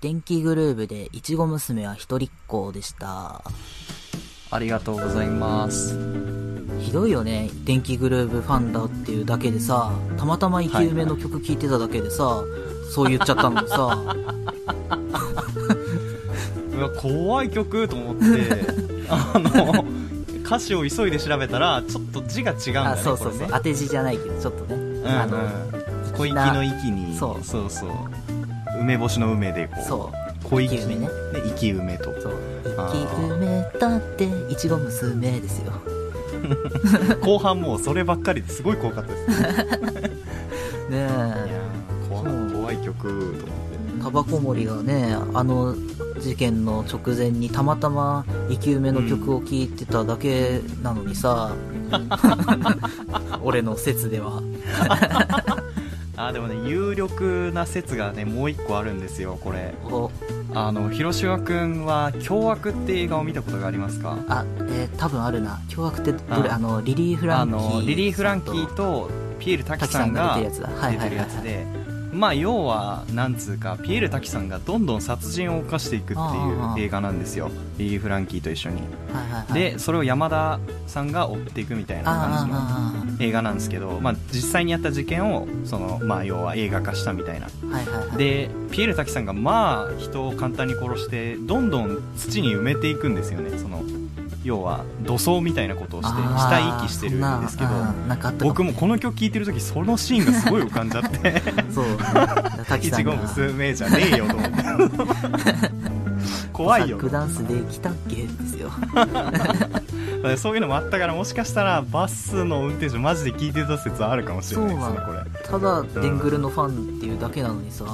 電気グルーヴで、いちご娘は一人っ子でした。ありがとうございます。ひどいよね、電気グルーヴファンだっていうだけでさ、たまたま生き埋めの曲聴いてただけでさ、そう言っちゃったの さ、うわ、怖い曲 と思って、あの、歌詞を急いで調べたら、ちょっと字が違うんだね。あそうそうこそれう、ね当て字じゃないけど、ちょっとね、あの、うんうん、小粋の息にそうそうそう梅干しの梅でこうそう、小生粋き埋めね。で息梅とそう、あー生き埋めだって、いちご娘ですよ。後半もうそればっかりですごい怖かったですねねいやえ、ー怖そう怖い曲と思ってタバコ森がね、あの事件の直前にたまたま生き埋めの曲を聴いてただけなのに さ、俺の説では。あーでもね有力な説がねもう一個あるんですよこれおあの広島君は「凶悪」って映画を見たことがありますかあ、えー多分あるな。凶悪ってどれああの、リリー・フラあンキーさんと。のリリー・フランキーとピエール瀧滝ささんんがが出てるやつだ。はい出はているはいやつで、まあ、要は、なんつうか、ピエール瀧さんがどんどん殺人を犯していくってあいあう映画なんですよ、リリー・フランキーと一緒に。はいはいはい。で、それを山田さんが追っていくみたいな感じのあーあー映画なんですけど、まあ、実際にやった事件を、その、まあ、要は映画化したみたいな。あーはいはいはい。で、ピエール瀧さんが、まあ、人を簡単に殺して、どんどん土に埋めていくんですよね、その、要は、土葬みたいなことをして、死体遺棄してるんですけどそ、なあーなんかあったか僕もこの、の曲聴いてる時そのシーンがすごい浮かんじゃって そう、ね、滝 いさちんが。ご娘じゃねえよと思って怖いよバックダンスで来たっけですよ。そういうのもあったからもしかしたらバスの運転手マジで聞いてた説あるかもしれないですそうねなこれただデングルのファンっていうだけなのに さ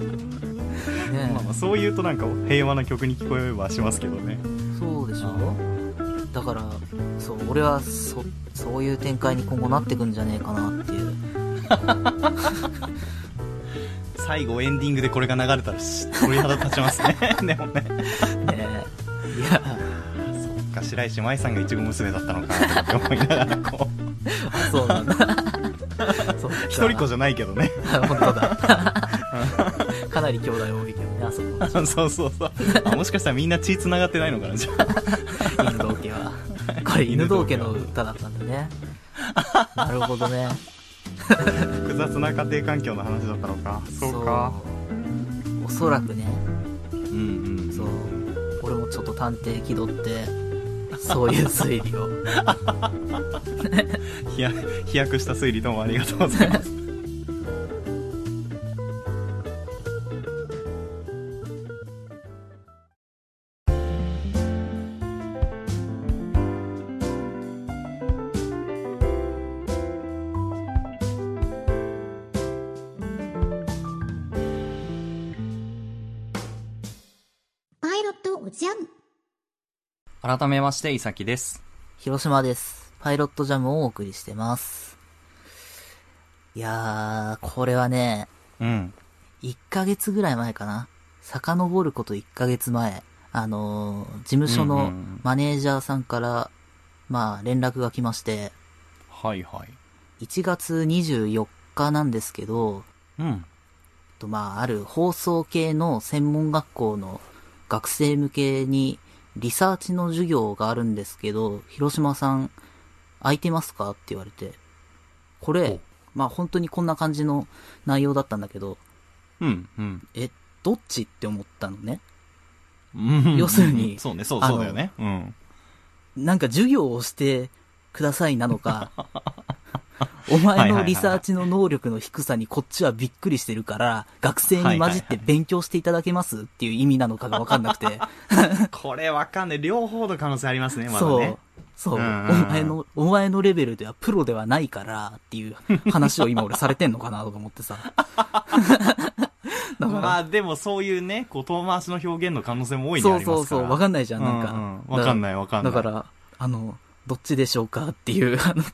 ねまあまあそういうとなんか平和な曲に聞こえはしますけどねえそうでしょだからそう俺はそそういう展開に今後なってくんじゃねえかなって いう最後エンディングでこれが流れたらし鳥肌立ちます ねでもねねえいやそっか白石麻衣さんがいちご娘だったのかって思いながらこうそうなん だそうか一人っ子じゃないけどね 本当だかなり兄弟多いけどねあそこ そうそうそうあもしかしたらみんな血繋がってないのかなじゃあ犬道家 はこれ犬道家の歌だったんだ ねなるほどね複雑な家庭環境の話だったのかそうおそらくねうんうんそう俺もちょっと探偵気取 ってそういう推理を 飛躍飛躍した推理どうもありがとうございますパイロットおじゃん。 改めましていさきです広島ですパイロットジャムをお送りしてますいやーこれはねうん1ヶ月ぐらい前かな遡ること1ヶ月前あのー事務所うんうんうのんマネージャーさんからまあ連絡が来ましてはいはい1月24日なんですけどうんえっと、まあ、ある放送系の専門学校の学生向けにリサーチの授業があるんですけど、広島さん空いてますかって言われて。これお、まあ本当にこんな感じの内容だったんだけど、うんうんえ、どっちって思ったのね。うん要するにそうねそうあそのうだよねうんなんか授業をしてくださいなのか、お前のリサーチの能力の低さにこっちはびっくりしてるから、学生に混じって勉強していただけますっていう意味なのかがわかんなくて。これわかんない両方の可能性ありますねまだそうね。そう。おうんうんうん前の、お前のレベルではプロではないからっていう話を今俺されてんのかなとか思って さ。だからまあでもそういうねこう遠回しの表現の可能性も多いにそあうりますかそらうそう、わかんないじゃん、なんうんうんか。わかんないわかんないだから、あの、どっちでしょうかっていう、あの、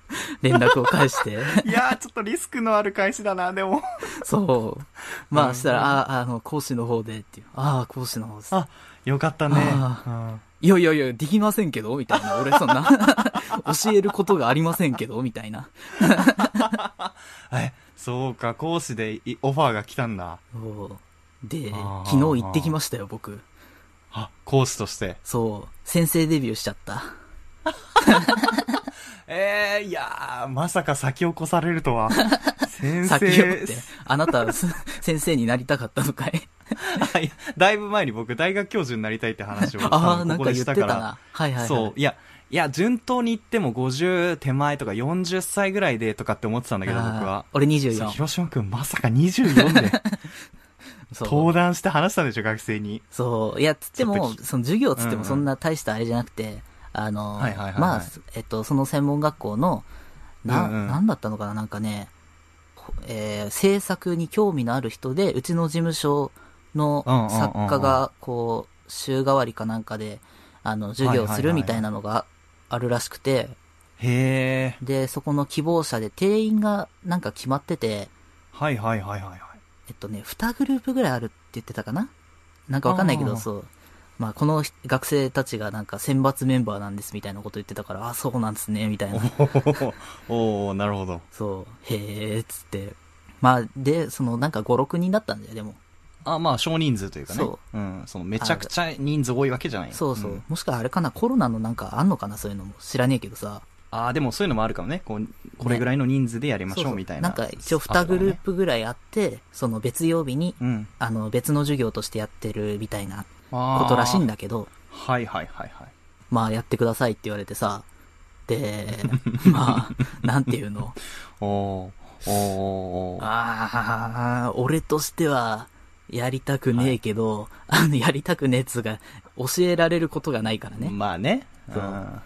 連絡を返して。 いやーちょっとリスクのある返しだなでもそう。まあ、したら、ああ、あの、講師の方でっていう。ああ、講師の方です。あ よかったねあいやいやいや、できませんけどみたいな。俺そんな、 教えることがありませんけどみたいな。うんえそうか講師でいオファーが来たんだそうであ、ー昨日行ってきましたよ、僕。あ、コースとして。そう、先生デビューしちゃった。ええいやー、まさか先を越されると は。先生。先をって、あなた、 す先生になりたかったのかいあいやだいぶ前に僕、大学教授になりたいって話を、ああ、な多分んこか言こでっしてたたから。な。はいはい、はい。そう。いや、いや、順当に言っても50手前とか40歳ぐらいでとかって思ってたんだけど、僕はあー。俺そう24。広島くんまさか24で そう。登壇して話したんでしょ、学生に。そう。いや、つってちょっもと、きその授業つってうんうもんそんな大したあれじゃなくて、あの、はいはいはいはいまあ、えっと、その専門学校の、な、うんうんなんだったのかななんかね、ほえー制作に興味のある人で、うちの事務所うんうんうんうのん作家が、こう、週替わりかなんかで、あの、授業をするみたいなのがあるらしくて、へえ。で、そこの希望者で定員がなんか決まってて、はいはいはいはいはい。 えっとね、2グループぐらいあるって言ってたかななんかわかんないけあーど、そう。まあ、このひ学生たちがなんか選抜メンバーなんですみたいなこと言ってたから、あ、そうなんですね、みたいな。おーおーなるほど。そう、へえ、つって。まあ、で、そのなんか5、6人だったんだよ、でも。あ、まあ、少人数というかね。。そうん、その、めちゃくちゃ人数多いわけじゃない。そうそう。んもしかあれかな、コロナのなんかあんのかな、そういうのも。知らねえけどさ。ああ、でもそういうのもあるかもね。こう、これぐらいの人数でやりましそうょそううみたいな。なんか一応2グループぐらいあって、その別曜日に、うん。あの、別の授業としてやってるみたいなこことらしいんだ。だけど、はいはいはいはい。まあやってくださいって言われてさ、で、 まあ、なんていうの。おおおーああ、俺としては、やりたくねえけど、あの、やりたくねえっつうか、教えられることがないからね。まあね。そうん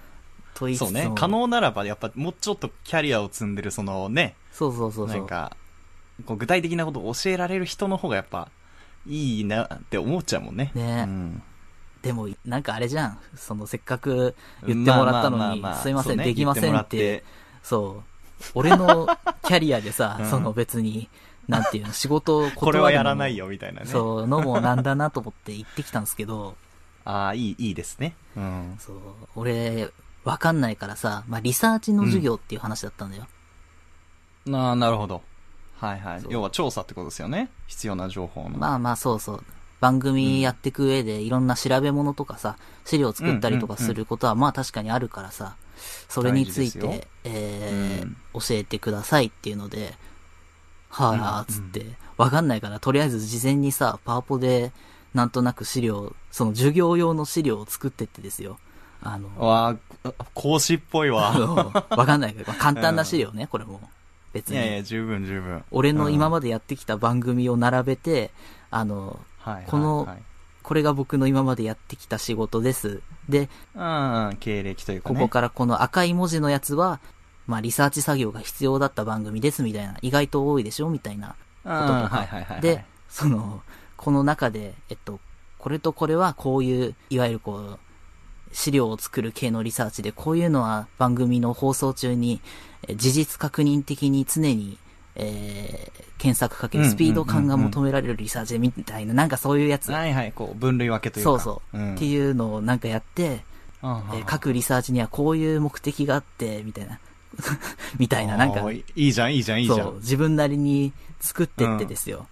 と言いつつそうもね。可能ならば、やっぱ、もうちょっとキャリアを積んでる、そのね、そうそうそうそう。なんか、こう具体的なことを教えられる人の方がやっぱ、いいなって思っちゃうもんね。ねうんでも、なんかあれじゃん。その、せっかく言ってもらったのに、まあまあまあまあすいません、そうねできませんって、言て、そう。俺のキャリアでさうんその別に、なんていうの、仕事を断るのもこれはやらないよ、みたいなね。そう、のもなんだなと思って行ってきたんですけど、ああ、いい、いいですね。うん。そう、俺、わかんないからさ、まあ、リサーチの授業っていう話だったんだよ。ああ、なるほど。はいはい。そう要は調査ってことですよね。必要な情報の。まあまあ、そうそう。番組やってく上で、いろんな調べ物とかさ、資料作ったりとかすることは、まあ確かにあるからさ、それについ大事ですて、えうんー、教えてくださいっていうので、はあ、つって、わかんないから、とりあえず事前にさ、パワポで、なんとなく資料、その授業用の資料を作ってってですよ。あの、わあ、講師っぽいあわ。の、わかんないけど、まあ簡単な資料ね、これも。別いやいや、に。十分十分。俺の今ままでやってきた番組を並べて、あの、はいこのこれが僕の今までやってきた仕事です。で、はいうん、経歴というかこね。こからこの赤い文字のやつは、まあリサーチ作業が必要だった番組ですみたいな、意外と多いでしょみたいな。うんこととかはいはいはいはい。で、その、この中で、えっと、これとこれはこういう、いわゆるこう、資料を作る系のリサーチで、こういうのは番組の放送中に、え事実確認的に常に、えー検索かけるスピード感が求められるリサーチでみたいな、なんかそういうやつ。はいはい、こう、分類分けというか。そうそう。ってういうのをなんかやって、ん。うんうんえー各リサーチにはこういう目的があって、みたいな。 みたいな、なんかあ、ーいいいじゃん、いいじゃん、いいじゃん。そう、自分なりに作ってってですよ。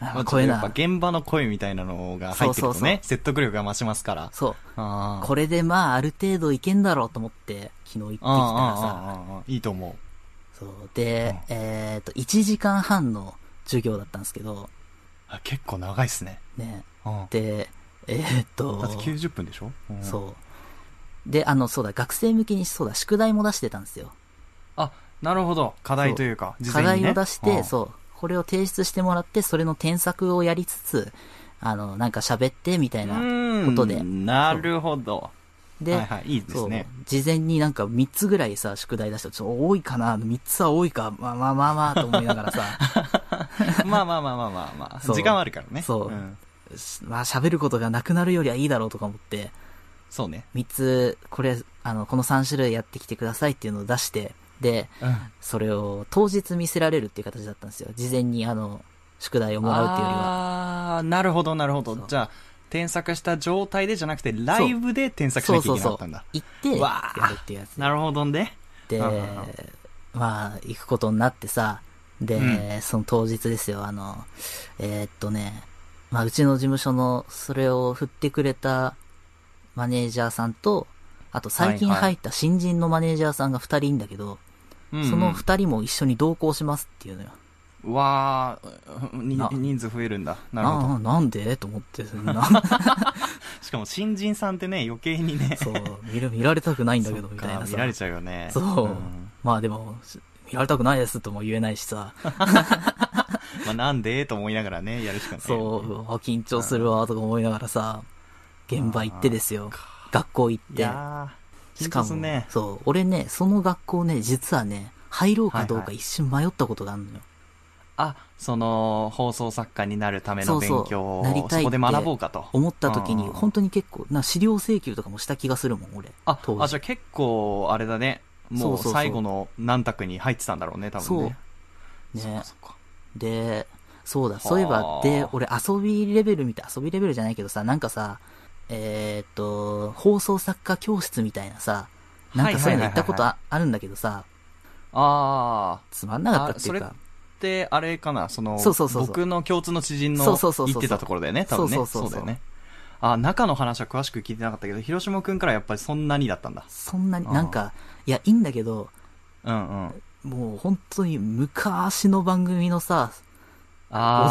あまーあこういうちょっとな。やっぱ現場の声みたいなのが入ってるそうとそうそうね、説得力が増しますから。そう。あーこれでまあ、ある程度いけんだろうと思って、昨日行ってきたあー、らあさ。ーあーあーいいと思そう。で、えっと、1時間半の授業だったんですけど、う。あ結構長いっすね。ね。うん。で、えっとだ、って90分でしょ、うんそう。で、あの、そうだ、学生向けに、そうだ、宿題も出してたんですよ。あ、なるほど。課題というか、事課前題にねを出して、そう、これを提出してもらって、それの添削をやりつつ、あの、なんか喋って、みたいうん。なうことでー。んなるほど。で、はいはい、いいですそうね。、事前になんか3つぐらいさ、宿題出したら、ちょっと多いかな、3つは多いか、まあまあまあまあ、と思いながらさ、まあまあまあまあまあま あ、そう時間はあるからね。そうんまあ喋ることがなくなるよりはいいだろうとか思って、そうね。 3つ、これ、あの、この3種類やってきてくださいっていうのを出して、で、うん。それを当日見せられるっていう形だったんですよ。事前にあの、宿題をもらうっていうよりは。ああー、なるほど、なるほどそ。うじゃあ、添削した状態でじゃなくて、ライブで添削しそなうきゃそいうけなそうかったんだ。。行って、わーやるっていうやつ。なるほどね。でうんうんうん、まあ、行くことになってさ、で、その当日ですよ、あの、えーっとね、まあ、うちの事務所の、それを振ってくれたマネージャーさんと、あと最近はいは入いった新人のマネージャーさんが二人いんだけど、うんその二人も一緒に同行しますっていうのよ。うんわあにあ人数増えるんだなるほあどあ、なんでと思って、そんな しかも新人さんってね余計にねそう、見る見られたくないんだけど、そっみかたいな見らされ。ちゃうよねそんう。まあでも、し見られたくないですとも言えないしさ、 まあ、なんでと思いながらねやるしかないそよね、う、あ緊張するわ、とか思いながらさ、現場行ってですよ。学校行っいて。やーし緊か張も、すんねそう、俺ね、その学校ね、実はね、入ろうかどうはいかはい一瞬迷ったことがあるのよ。あその放送作家になるためそのうそう勉強をなそりたいってこで学ぼうかと思った時に、うん本当に結構、な、資料請求とかもした気がするもん、俺。あ当時あじゃあ結構あれだねそうそもううそう最後の何択に入ってたんだろうね多分ねそう。ねそっか。そっかで、そうだ、ーそういえば、で、俺遊びレベルみたい、遊びレベルじゃないけどさ、なんかさ、えーっと、放送作家教室みたいなさ、なんかそういうの行ったことああるんだけどさ、ああつまんなかったっていうあか、であれかなそのそうそうそうそう僕の共通の知人のそうそうそうそう行ってたところだよね多分ねそうそうそうそうだよねあ中の話は詳しく聞いてなかったけど広島くんからやっぱりそんなにだったんだそんなに、あーなんか、いや、いいんだけど、うんうんもう本当に昔の番組のさ、あ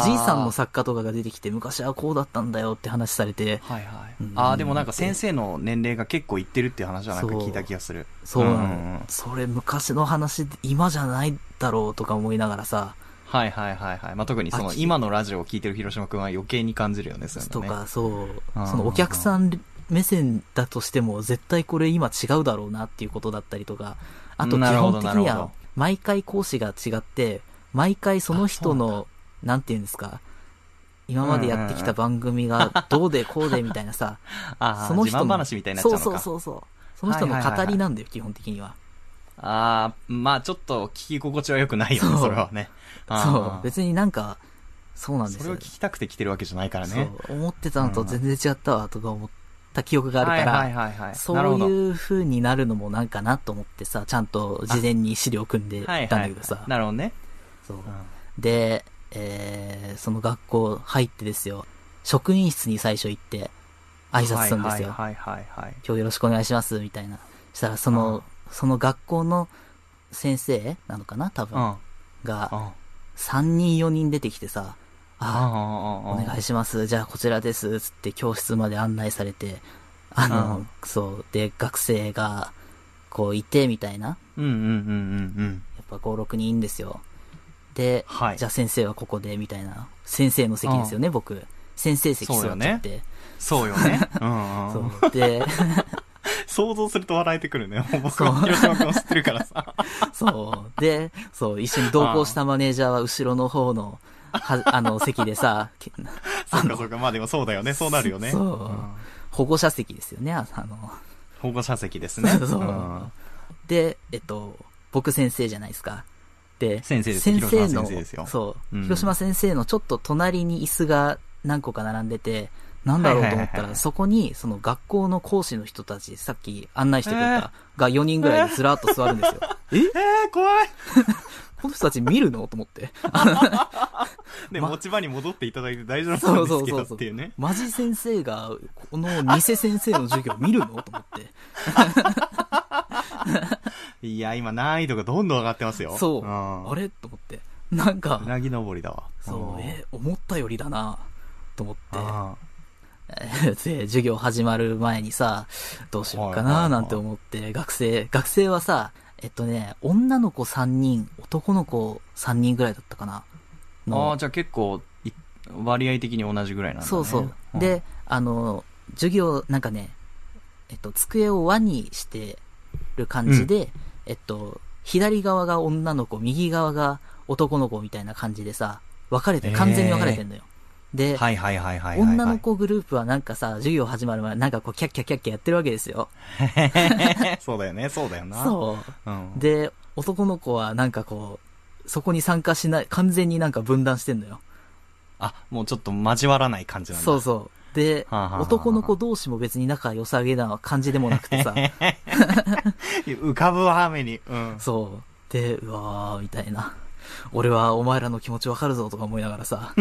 おーじいさんの作家とかが出てきて、昔はこうだったんだよって話されて、はいはい、うんああでもなんか先生の年齢が結構いってるっていう話はなんか聞いた気がするそうなの、んんんそれ昔の話で今じゃないだろうとか思いながらさ、はいはいはいはい、まあ、特にそあのき今のラジオを聞いてる広島くんは余計に感じるよねそういうとのねか、そううん、そのお客さん目線だとしても、絶対これ今違うだろうなっていうことだったりとか、あと基なるほ本ど的なるにほはど、毎回講師が違って、毎回その人の、なんていうんですか、今までやってきた番組が どうでこうでみたいなさ、あーその人の自慢話みたいになっちゃうのかそうそうそうそう。その人のはいはいはいはい語りなんだよ、基本的には。ああまあちょっと聞き心地は良くないよねそそうれはねそうあ。ー別になんか、そうなんですそれよを聞。きたくて来てるわけじゃないからそねう。思ってたのと全然違ったわ、とか思った記憶があるかはいら、はいはいはいそなるほうどいう風になるのもなんかなと思ってさ、ちゃんと事前に資料組んでいったはいんはだけいどさ。なるほどね、そううんで、えー、その学校入ってですよ、職員室に最初行って、挨拶するんですよ。はいはいはいはいはい今日よろしくお願いします、みたいな。したら、その、その学校の先生なのかな多うん分。が、うん3人4人出てきてさ、あ、うんおうんうん願いします。じゃあこちらです。つって教室まで案内されて、あうのん、そう、で、学生が、こういて、みたいな。うんうんうんうんうんやっぱ5、6人いんですよ。で、はいじゃあ先生はここで、みたいな。先生の席ですよね、僕。先生席座っちゃって。そうよね。うん、うん。そう。 で、想像すると笑えてくるね。僕そうは広島君を知ってるか らさ。そう。で、そう、一緒に同行したマネージャーは後ろの方の、は、あの、席でさ、 けそうかそうか。まあでもそうだよね。そうなるよね。そううん保護者席ですよね、ああの、保護者席ですね。そううんで、えっと、僕先生じゃないですか。で、先生です先生広島の、先生ですよそう、うん広島先生のちょっと隣に椅子が何個か並んでて、なんだろうと思っはいはいたはいはら、いそこに、その学校の講師の人たち、さっき案内してくれえた、が4人ぐらいでずらーっと座るんですよ。ええー、怖いこの人たち見るのと思って。で、ま持ち場に戻っていただいて大丈夫そなんうでそすうけそどうっそうていうね。マジ先生が、この偽先生の授業見るのと思って。いや、今難易度がどんどん上がってますよ。そう。んあれと思って。なんうか、なぎ登りだわ。そう、んえ、思ったよりだなと思って。あ で、授業始まる前にさ、どうしようかはいはいはないなんて思って、学生、学生はさ、えっとね、女の子3人、男の子3人ぐらいだったかな。ーのあー、じゃあ結構、い割合的に同じぐらいなんだね。そうそう。ん、で、あの、授業、なんかね、えっと、机を輪にしてる感じで、えっと、左側が女の子、右側が男の子みたいな感じでさ、分かれて、完全に分かれてんのよ。で、はいはいはいはいはいはい。女の子グループはなんかさ、授業始まる前、なんかこう、キャッキャキャッキャやってるわけですよ。 そうだよね、そうだよな。そうう。んで、男の子はなんかこう、そこに参加しない、完全になんか分断してんのよ。あ、もうちょっと交わらない感じなんだ。そうそう。で、はあはあはあ男の子同士も別に仲良さげな感じでもなくてさ、浮かぶわ、目に。うん。そう。で、うわー、みたいな。俺はお前らの気持ちわかるぞとか思いながらさ、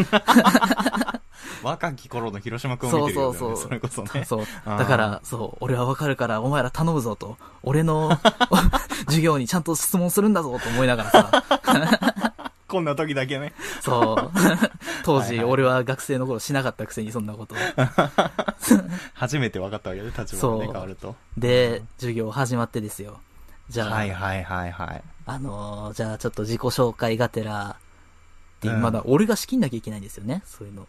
若き頃の広島君をそ見うてるよそうねそう。それこそね。そう。あーだから、そう、俺はわかるから、お前ら頼むぞと。俺の授業にちゃんと質問するんだぞと思いながらさ。こんな時だけね。 そう。当はい時、はい俺は学生の頃しなかったくせにそんな こと。初めて分かったわけで、立場がねそう変わると。で、授業始まってですよ。じゃあ、はいはいはいはい。あのーじゃあちょっと自己紹介がてら、っていううんまだ俺が仕切んなきゃいけないんですよね、そういうの。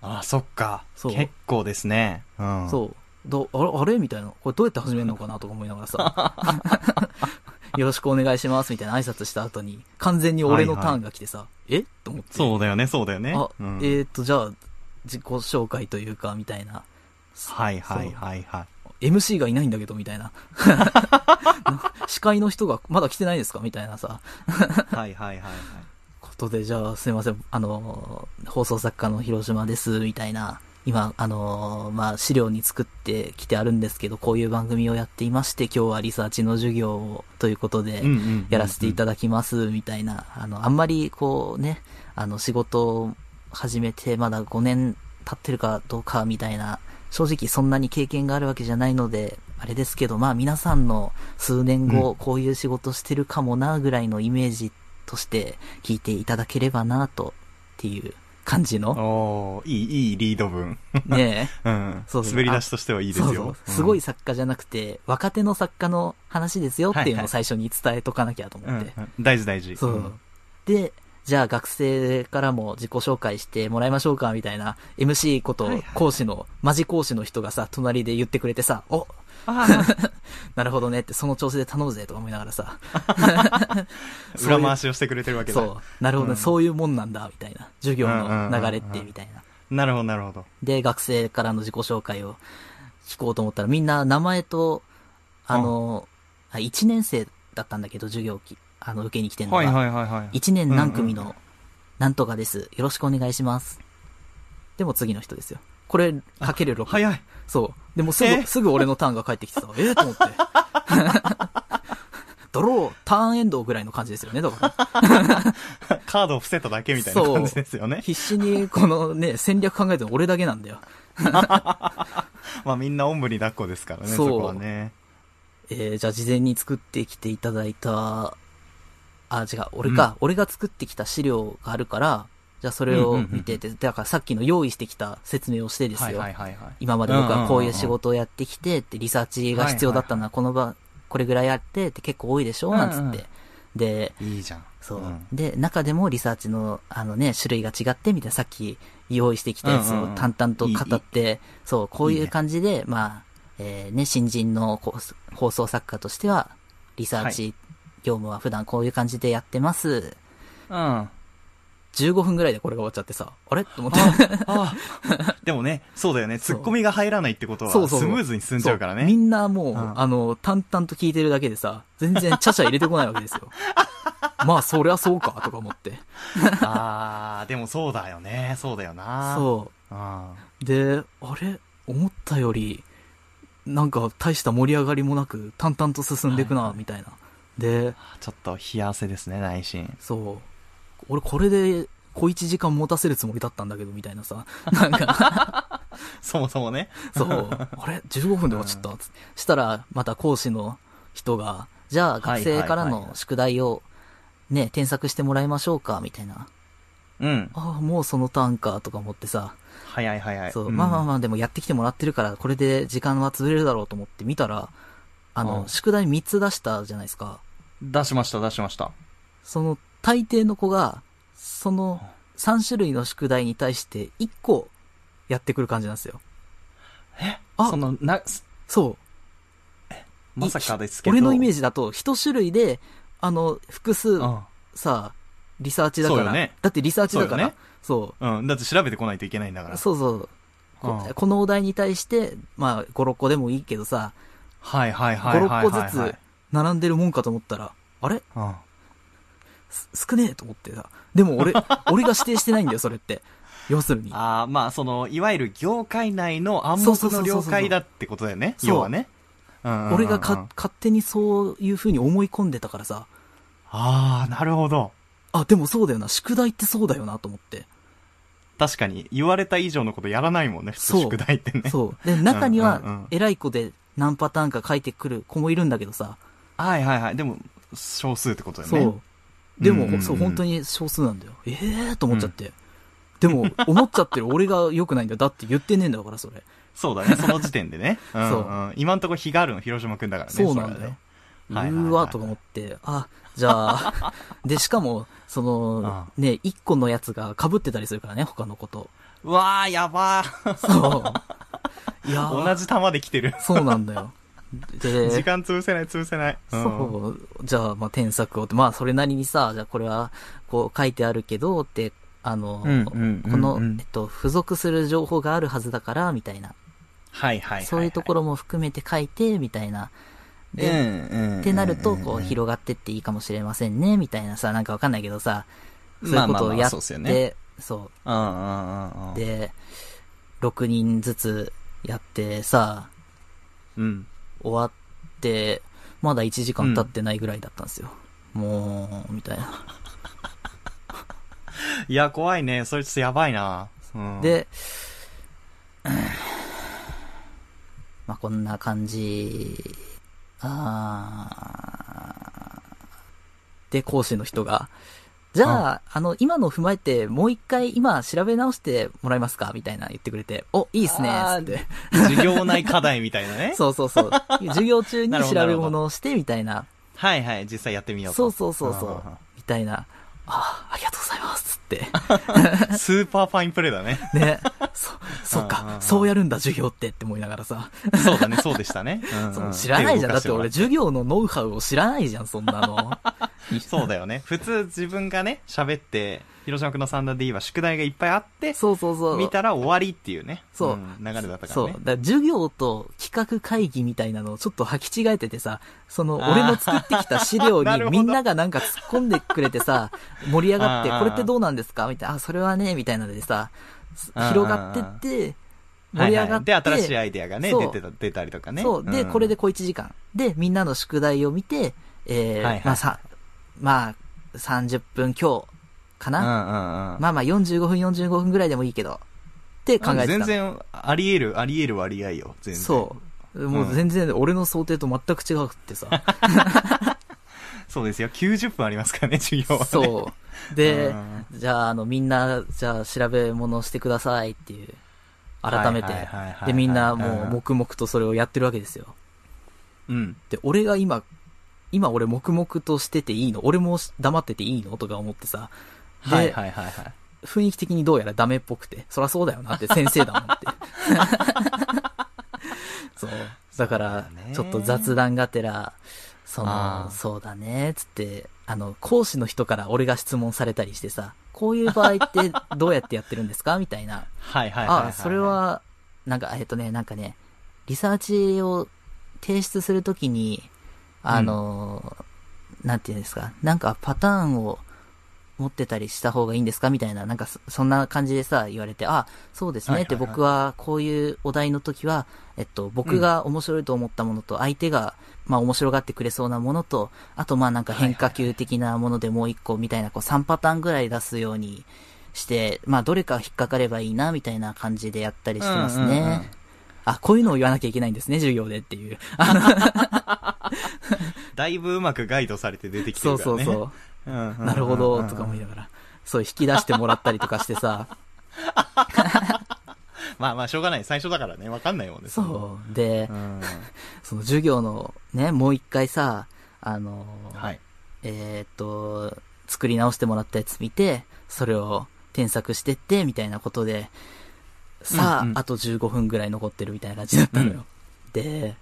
あ、そっか。そう結構ですね。うん。そう。どあれあれみたいな。これどうやって始めるのかなとか思いながら さ。 よろしくお願いしますみたいな挨拶した後に、完全に俺のターンが来てさ、えと思って。そうだよね、そうだよね。あ、うんえーっと、じゃあ、自己紹介というか、みたいな。はいはいはいはい。 MC がいないんだけど、みたいな。 司会の人がまだ来てないですかみたいなさ、はいはいはいはい。ことで、じゃあ、すいません、あのー、放送作家の広島です、みたいな。今、あのーまあ、資料に作ってきてあるんですけど、こういう番組をやっていまして、今日はリサーチの授業を、ということで、うんうんうんうんやらせていただきます、みたいな。あの、あんまり、こうね、あの、仕事を始めて、まだ5年経ってるかどうか、みたいな。正直、そんなに経験があるわけじゃないので、あれですけど、まあ、皆さんの数年後、こういう仕事してるかもな、ぐらいのイメージとして、聞いていただければな、と、っていう感じの、おーいい、いいリード文。ねえ。うん。そうそう滑り出しとして はいいですよ。そうそうすごい。い作家じゃなくて、若手の作家の話ですよっていうはいのはをい最初に伝えとかなきゃと思うっんうて。ん大事大事。そう。んで、じゃあ学生からも自己紹介してもらいましょうか、みたいな、MC ことはいはい講師の、マジ講師の人がさ、隣で言ってくれてさ、お あなるほどねって、その調子で頼むぜ、とか思いながらさ、ー裏回しをしてくれてるわけだ。そう、なるほどね、うんそういうもんなんだ、みたいな。授業の流れっうんうて、んうんうんみたいな。なるほど、なるほど。で、学生からの自己紹介を聞こうと思ったら、みんな名前と、あの、あ1年生だったんだけど、授業き、あの、受けに来てんのはいが、はいはいはい。 1年何組の、なんとかです。よろしくお願いします。でも次の人ですよ。これ、かける6。早い。そう。でもすぐ、えーすぐ俺のターンが返ってきてさ、ええと思って。 ドロー、ターンエンドぐらいの感じですよね、だから。カードを伏せただけみたいな感じですよね。 必死に、このね、戦略考えてるの俺だけなんだよ。まあみんなおんぶに抱っこですからね、そそうこはね。えーじゃあ事前に作ってきていただいた、あ、違う、俺か、俺が作ってきた資料があるから、じゃあそれを見てて、だからさっきの用意してきた説明をしてですよ。はいはい。今まで僕はこういう仕事をやってきて、ってリサーチが必要だったのはこの場、これぐらいやって、って結構多いでしょなんつうんうっんて。で、いいじゃん。そう、んで、中でもリサーチの、あのね、種類が違って、みたいな、さっき用意してきたやつうんうをんうん淡々と語って、そう、こういう感じで、まあ、えーね、新人のこう放送作家としては、リサーチ業務は普段こういう感じでやってます。うん。あ 15分ぐらいでこれが終わっちゃってさ、あれと思って。あ。でもね、そうだよね、そ突うっ込みが入らないってことは、スそうそうそうムーズに進んじゃうからそうみね。んなもう、んあの、淡々と聞いてるだけでさ、全然ちゃちゃ入れてこないわけです よ。まあ、そりゃそうか、とか思って。 ああ、でもそうだよね、そうだよな。そう。あで、あれ思ったより、なんか大した盛り上がりもなく、淡々と進んでいくな、みたいな。で、あ。ちょっと冷や汗ですね、内心。そう。俺これで、小1時間持たせるつもりだったんだけど、みたいなさ。なんか、そもそもね。そう。あれ ?15 分で終わっちゃった。つってしたら、また講師の人が、じゃあ学生からはいはいはいのはい宿題を、ね、添削してもらいましょうか、みたいな。うん。ああ、もうそのターンか、とか思ってさ。早い早い。そう、んまあまあまあ、でもやってきてもらってるから、これで時間は潰れるだろうと思って見たら、あの、うん宿題3つ出したじゃないですか。出しました、出しました。その、大抵の子が、その、3種類の宿題に対して1個、やってくる感じなんですよ。えあその、な、そう。まさかですけど。俺のイメージ。ジだと、1種類で、あの、複数、さ、リサーチだかそうよら、ねだってリサーチだから、そううん。だって調べてこないといけないんだから。そうそうこうんこのお題に対して、まあ、5、6個でもいいけどさ、はいはいは5、いはいはいはい。 6個ずつ並んでるもんかと思ったら、あれうん。す少ねえと思ってさ。でも 俺、俺が指定してないんだよ、それって。要するに。ああ、まあ、その、いわゆる業界内の暗そうそう黙そうのそう了解だってことだよね。そう要はね。うんうんうん俺がか、勝手にそういう風に思い込んでたからさ。ああ、なるほど。あ、でもそうだよな。宿題ってそうだよな、と思って。確かに、言われた以上のことやらないもんね、普そ通う宿題ってね。そう。で、中にうんうんうんは、偉い子で何パターンか書いてくる子もいるんだけどさ、はいはいはい。でも、少数ってことだよそね。う。でも、うんうんうんそう、本当に少数なんだよ。ええーと思っちゃって。でも、思っちゃってる俺が良くないんだ。だって言ってねえんだから、それ。そうだね、その時点で ね。うん、そううん。今んとこ日があるの広島くんだからね。そうなんだよ。うはいはいはいーはいわ、とか思って、あ、じゃ あ、で、しかも、その、ね、一個のやつが被ってたりするからね、他のこと。うわー、やばー。 そう。いやー同じ玉で来てる。そうなんだよ。 で、時間潰せない、潰せない。うんそう。じゃあ、まあ、添削をって、まあ、それなりにさ、じゃあ、これは、こう、書いてあるけど、って、あの、うんうんうんこのう、んえっと、付属する情報があるはずだから、みたいな。はいはいはい。そういうところも含めて書いて、みたいな。うんで、うんうんってなると、こう、広がってっていいかもしれませんね、みたいなさ、なんかわかんないけどさ、そういうことをやまあまあまあっそうっすよてね、そうんうんうんうんう。で、6人ずつやってさ、うん。終わって、まだ1時間経ってないぐらいだったんですよ。もう、みたいな。いや、怖いね。それちょっとやばいな。うん、で、うんまあこんな感じ、あーで、講師の人が、じゃあ、あの、今の踏まえて、もう一回今調べ直してもらえますかみたいな言ってくれて、お、いいっすねあーつって。授業内課題みたいなね。 そうそう そう。授業中になるほ調どなべるほど物をして、みたいな。はいはい、実際やってみようと。そうそうそうそうんううんうん。みたいな。ああ、ありがとうございます。つ って。スーパーファインプレーだね。ね。そ、そっうんうんかう。んそうやるんだ、授業ってって思いながらさ。そうだね、そうでしたね。うんう んそう知らないじゃん。だって俺、手授業のノウハウを知らないじゃん、そんな の。を動かしてもらってそうだよね。普通自分がね、喋って、広島区の三段で今宿題がいっぱいあって、そうそうそう。見たら終わりっていうね。そうん流れだったからそう。ねだか。ら授業と企画会議みたいなのをちょっと履き違えててさ、その、あー俺の作ってきた資料 なにるほどみんながなんか突っ込んでくれて さ、盛り上がって、あーこれってどうなんですかみたいな、あ、それはね、みたいなのでさ、すあー広がってって、は盛いりは上いがって、で、新しいアイデアがね、そう出てた、出たりとかね。そう。で、んこれで小1時間。で、みんなの宿題を見て、えーはいはいまあさ、まあ、30分強かうんな、うんうん。まあまあ45分45分ぐらいでもいいけど、って考えてた。全然、あり得る、あり得る割合よ、全然。そう。もう全然、俺の想定と全く違くってさ。 そうですよ。90分ありますからね、授業は、ね。そう。でうん、じゃあ、あの、みんな、じゃあ、調べ物をしてくださいっていう、改めてはいはいはいはいは。いで、みんな、もうう、ん黙々とそれをやってるわけですよ。う。うん。で、俺が今、今俺黙々としてていいの俺も黙ってていいのとか思ってさ。で、はいはいはいはい。雰囲気的にどうやらダメっぽくて、そらそうだよなって先生だも んって。そう。だからそうだ、ねちょっと雑談がてら、そあの、ーそうだね、つって、あの、講師の人から俺が質問されたりしてさ、こういう場合ってどうやってやってるんですかみたいな。はいはいはいはい、あ、それ、は、なんか、えっとね、なんかね、リサーチを提出するときに、あの、なんていうんですか、なんかパターンを持ってたりした方がいいんですかみたいな、なんかそそんな感じでさ、言われて、あ、そうですはね。いはいってはい僕はこういうお題の時は、えっと、僕が面白いと思ったものと、相手が、まあ面白がってくれそうなものと、あとまあなんか変化球的なものでもう一個みたいな、こう3パターンぐらい出すように、して、まあ、どれか引っかかればいいな、みたいな感じでやったりしてますね。うんうんうんあ、こういうのを言わなきゃいけないんですね、授業でっていう。あだいぶうまくガイドされて出てきてそるうからそね。うそう。うんうんうんうん。なるほど、とか思いながら。そう、引き出してもらったりとかしてさ。まあまあ、しょうがない。最初だからね、わかんないもんね。そう。でう。う、ん。その授業のね、もう一回さ、あの、はい。えーっと、作り直してもらったやつ見て、それを添削してって、みたいなことで、さあ、うんうんあと15分ぐらい残ってるみたいな感じだったのよ。で、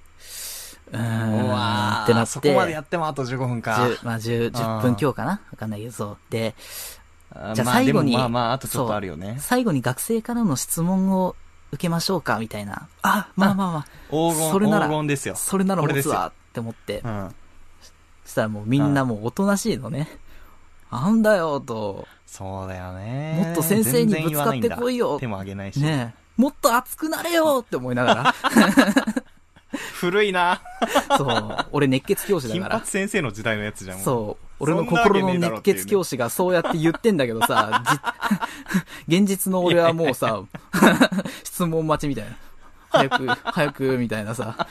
うーうん、わーってなって、そこまでやってもあと15分か。 10まあ、10、10分強かなわかんないけど、そう。で、あーじゃあま最後にでもまあまあ、あとちょっとあるよね。最後に学生からの質問を受けましょうか、みたいな。あ、まあまあま黄金、それなら黄金ですあ、よ。それならこれ持ですつよわ、って思ってう、ん。そしたらもうみんなもうおとなしいのね。なんだよ、と。そうだよね。もっと先生にぶつかってこいよ全然言わないんだ手も上げないし。ねえ。もっと熱くなれよって思いなが古いな。ら。そう。俺熱血教師だ 金か髪先生の時代のやつじゃら。ん。そう。俺の心の熱血教師がそうやって言ってんだけど さ、じ 現実の俺はもうさ、質問待ちみたいな。早く、早く、みたいなさ。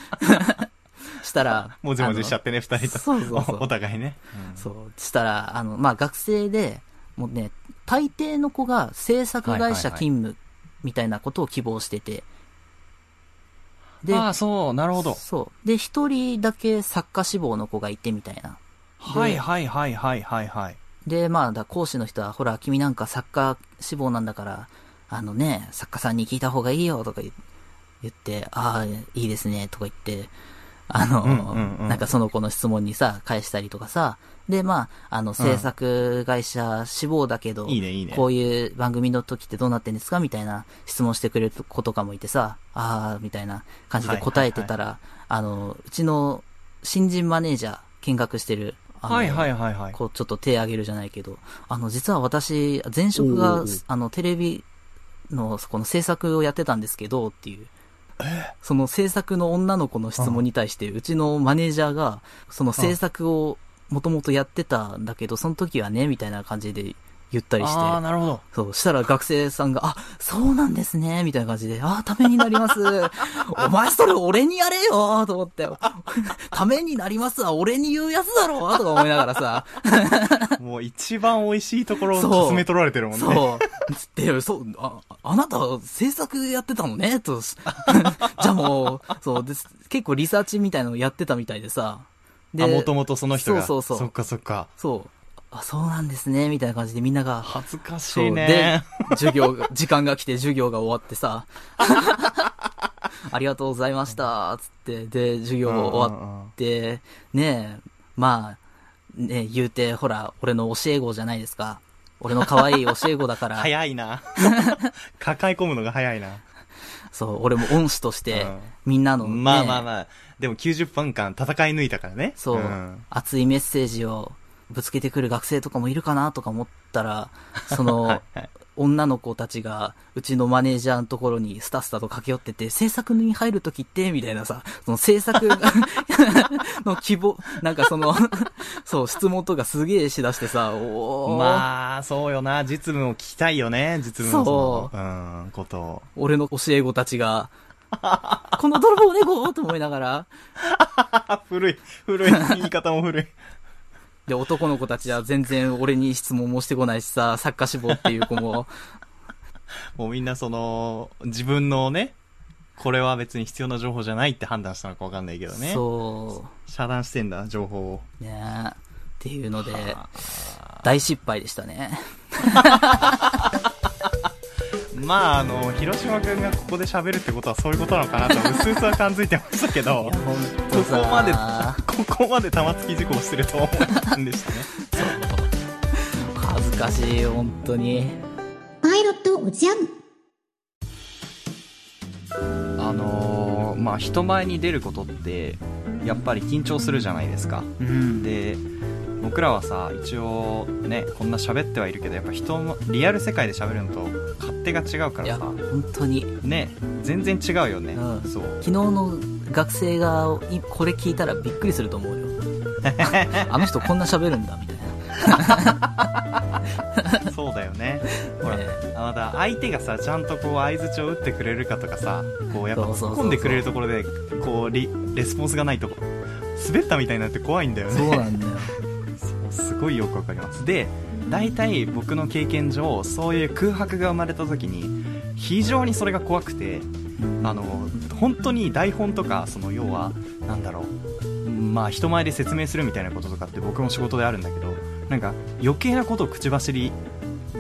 したら、もじもじしちゃってね、二人と。そうそうそうおお互いね。そう。したら、あの、まあ、学生で、もうね、大抵の子が制作会社勤務みたいなことを希望してて。で、ああ、そう、なるほど。そう。で、一人だけ作家志望の子がいてみたいな。はいはいはいはいはいはい。で、まあ、だ講師の人は、ほら、君なんか作家志望なんだから、あのね、作家さんに聞いた方がいいよとか言言って、ああ、いいですね、とか言って、あの、うんうんうんなんかその子の質問にさ、返したりとかさ、で、まあ、あの、制作会社志望だけど、いいねいいねこういう番組の時ってどうなってんですかみたいな質問してくれる子とかもいてさ、ああ、みたいな感じで答えてたら、あの、うちの新人マネージャー見学してる、あのはいはいはいはい。こう、ちょっと手挙げるじゃないけど、あの、実は私、前職が、あの、テレビの、そこの制作をやってたんですけど、っていう。その制作の女の子の質問に対して、うちのマネージャーが、その制作をもともとやってたんだけど、その時はね、みたいな感じで言ったりして。ああ、な るほど。そう、したら学生さんが、あ、そうなんですね、みたいな感じで、あ、ためになります。 お前それ俺にやれよ、と思って、ためになりますは俺に言うやつだろ、とか思いながらさ、もう一番美味しいところをそうかすめ取られてるもんね。そう、つって、そう、あ、あなた制作やってたのね、と、 じゃあもう、そうです、結構リサーチみたいなのやってたみたいでさ、であ、もともとその人が。そうそうそうそっかそっか。そう、あ、そうなんですね、みたいな感じでみんなが、恥ずかしそういね。で、授業が、時間が来て授業が終わってさ、 ありがとうございました、つって、で、授業終わって、ねえ、まあ、ねえ、言うて、ほら、俺の教え子じゃないですか。俺の可愛い教え子だから、 早 いな。抱え込むのが早いな。そう、俺も恩師としてうん、みんなの、ね、まあまあまあ。でも90分間戦い抜いたからね。そう、ん熱いメッセージをぶつけてくる学生とかもいるかなとか思った ら、その、女の子たちが、うちのマネージャーのところにスタスタと駆け寄ってて、制作に入るときって、みたいなさ、その制作 がの希望、なんかその、そう、質問とかすげえしだしてさ、おー、まあ、そうよな。実務を聞きたいよね。実務のそうそのうん、ことを。俺の教え子たちが、この泥棒猫と思いながら、あ、古い。古い。言い方も古い。で、男の子たちは全然俺に質問もしてこないしさ、作家志望っていう子も、もうみんなその、自分のね、これは別に必要な情報じゃないって判断したのかわかんないけどね。そう。遮断してんだ、情報を。ねえっていうので、大失敗でしたね。まあ、あの、広島くんがここで喋るってことはそういうことなのか なと、うすうすは感づいてましたけど、ここまで、ここまで玉突き事故をしてるとは思いませんでしたね。恥ずかしい、本当に。パイロットおじゃん あのーまあ人前に出ることってやっぱり緊張するじゃないですかうん。で僕らはさ一応ねこんな喋ってはいるけどやっぱ人のリアル世界で喋るのと勝手が違うかいらや、さ本当に。ね全然違うよね、うんそう昨日の学生がいこれ聞いたらびっくりすると思 うよ。あの人こんな喋るんだ、みたいそうだよ ねほら、ねあまた相手がさちゃんとこう相槌を打ってくれるかとかさこうやっぱそうそうそうそ突っう込んでくれるところでこうリレスポンスがないと滑ったみたいになって怖いんだよな。ねそうなんだよ。そう すごいよくわかりますで大体僕の経験上そういう空白が生まれた時に非常にそれが怖くてあの本当に台本とかその要はなんだろうまあ人前で説明するみたいなこととかって僕も仕事であるんだけどなんか余計なことを口走り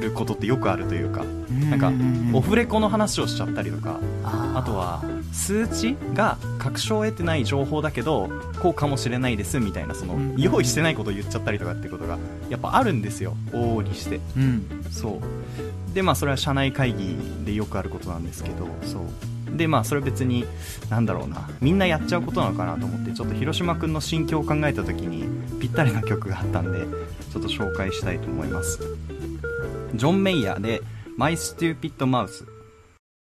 ることってよくあるというかなんかオフレコの話をしちゃったりとかあとは、は数値が確証を得てない情報だけどこうかもしれないですみたいなそのん用意してないことを言っちゃったりとかってことがやっぱあるんですよ往々にしてうん。そうでまあそれは社内会議でよくあることなんですけどそうでまあそれ別になんだろうなみんなやっちゃうことなのかなと思ってちょっと広島くんの心境を考えた時にぴったりな曲があったんでちょっと紹介したいと思いますジョン・メイヤーで「マイ・ステューピッド・マウス」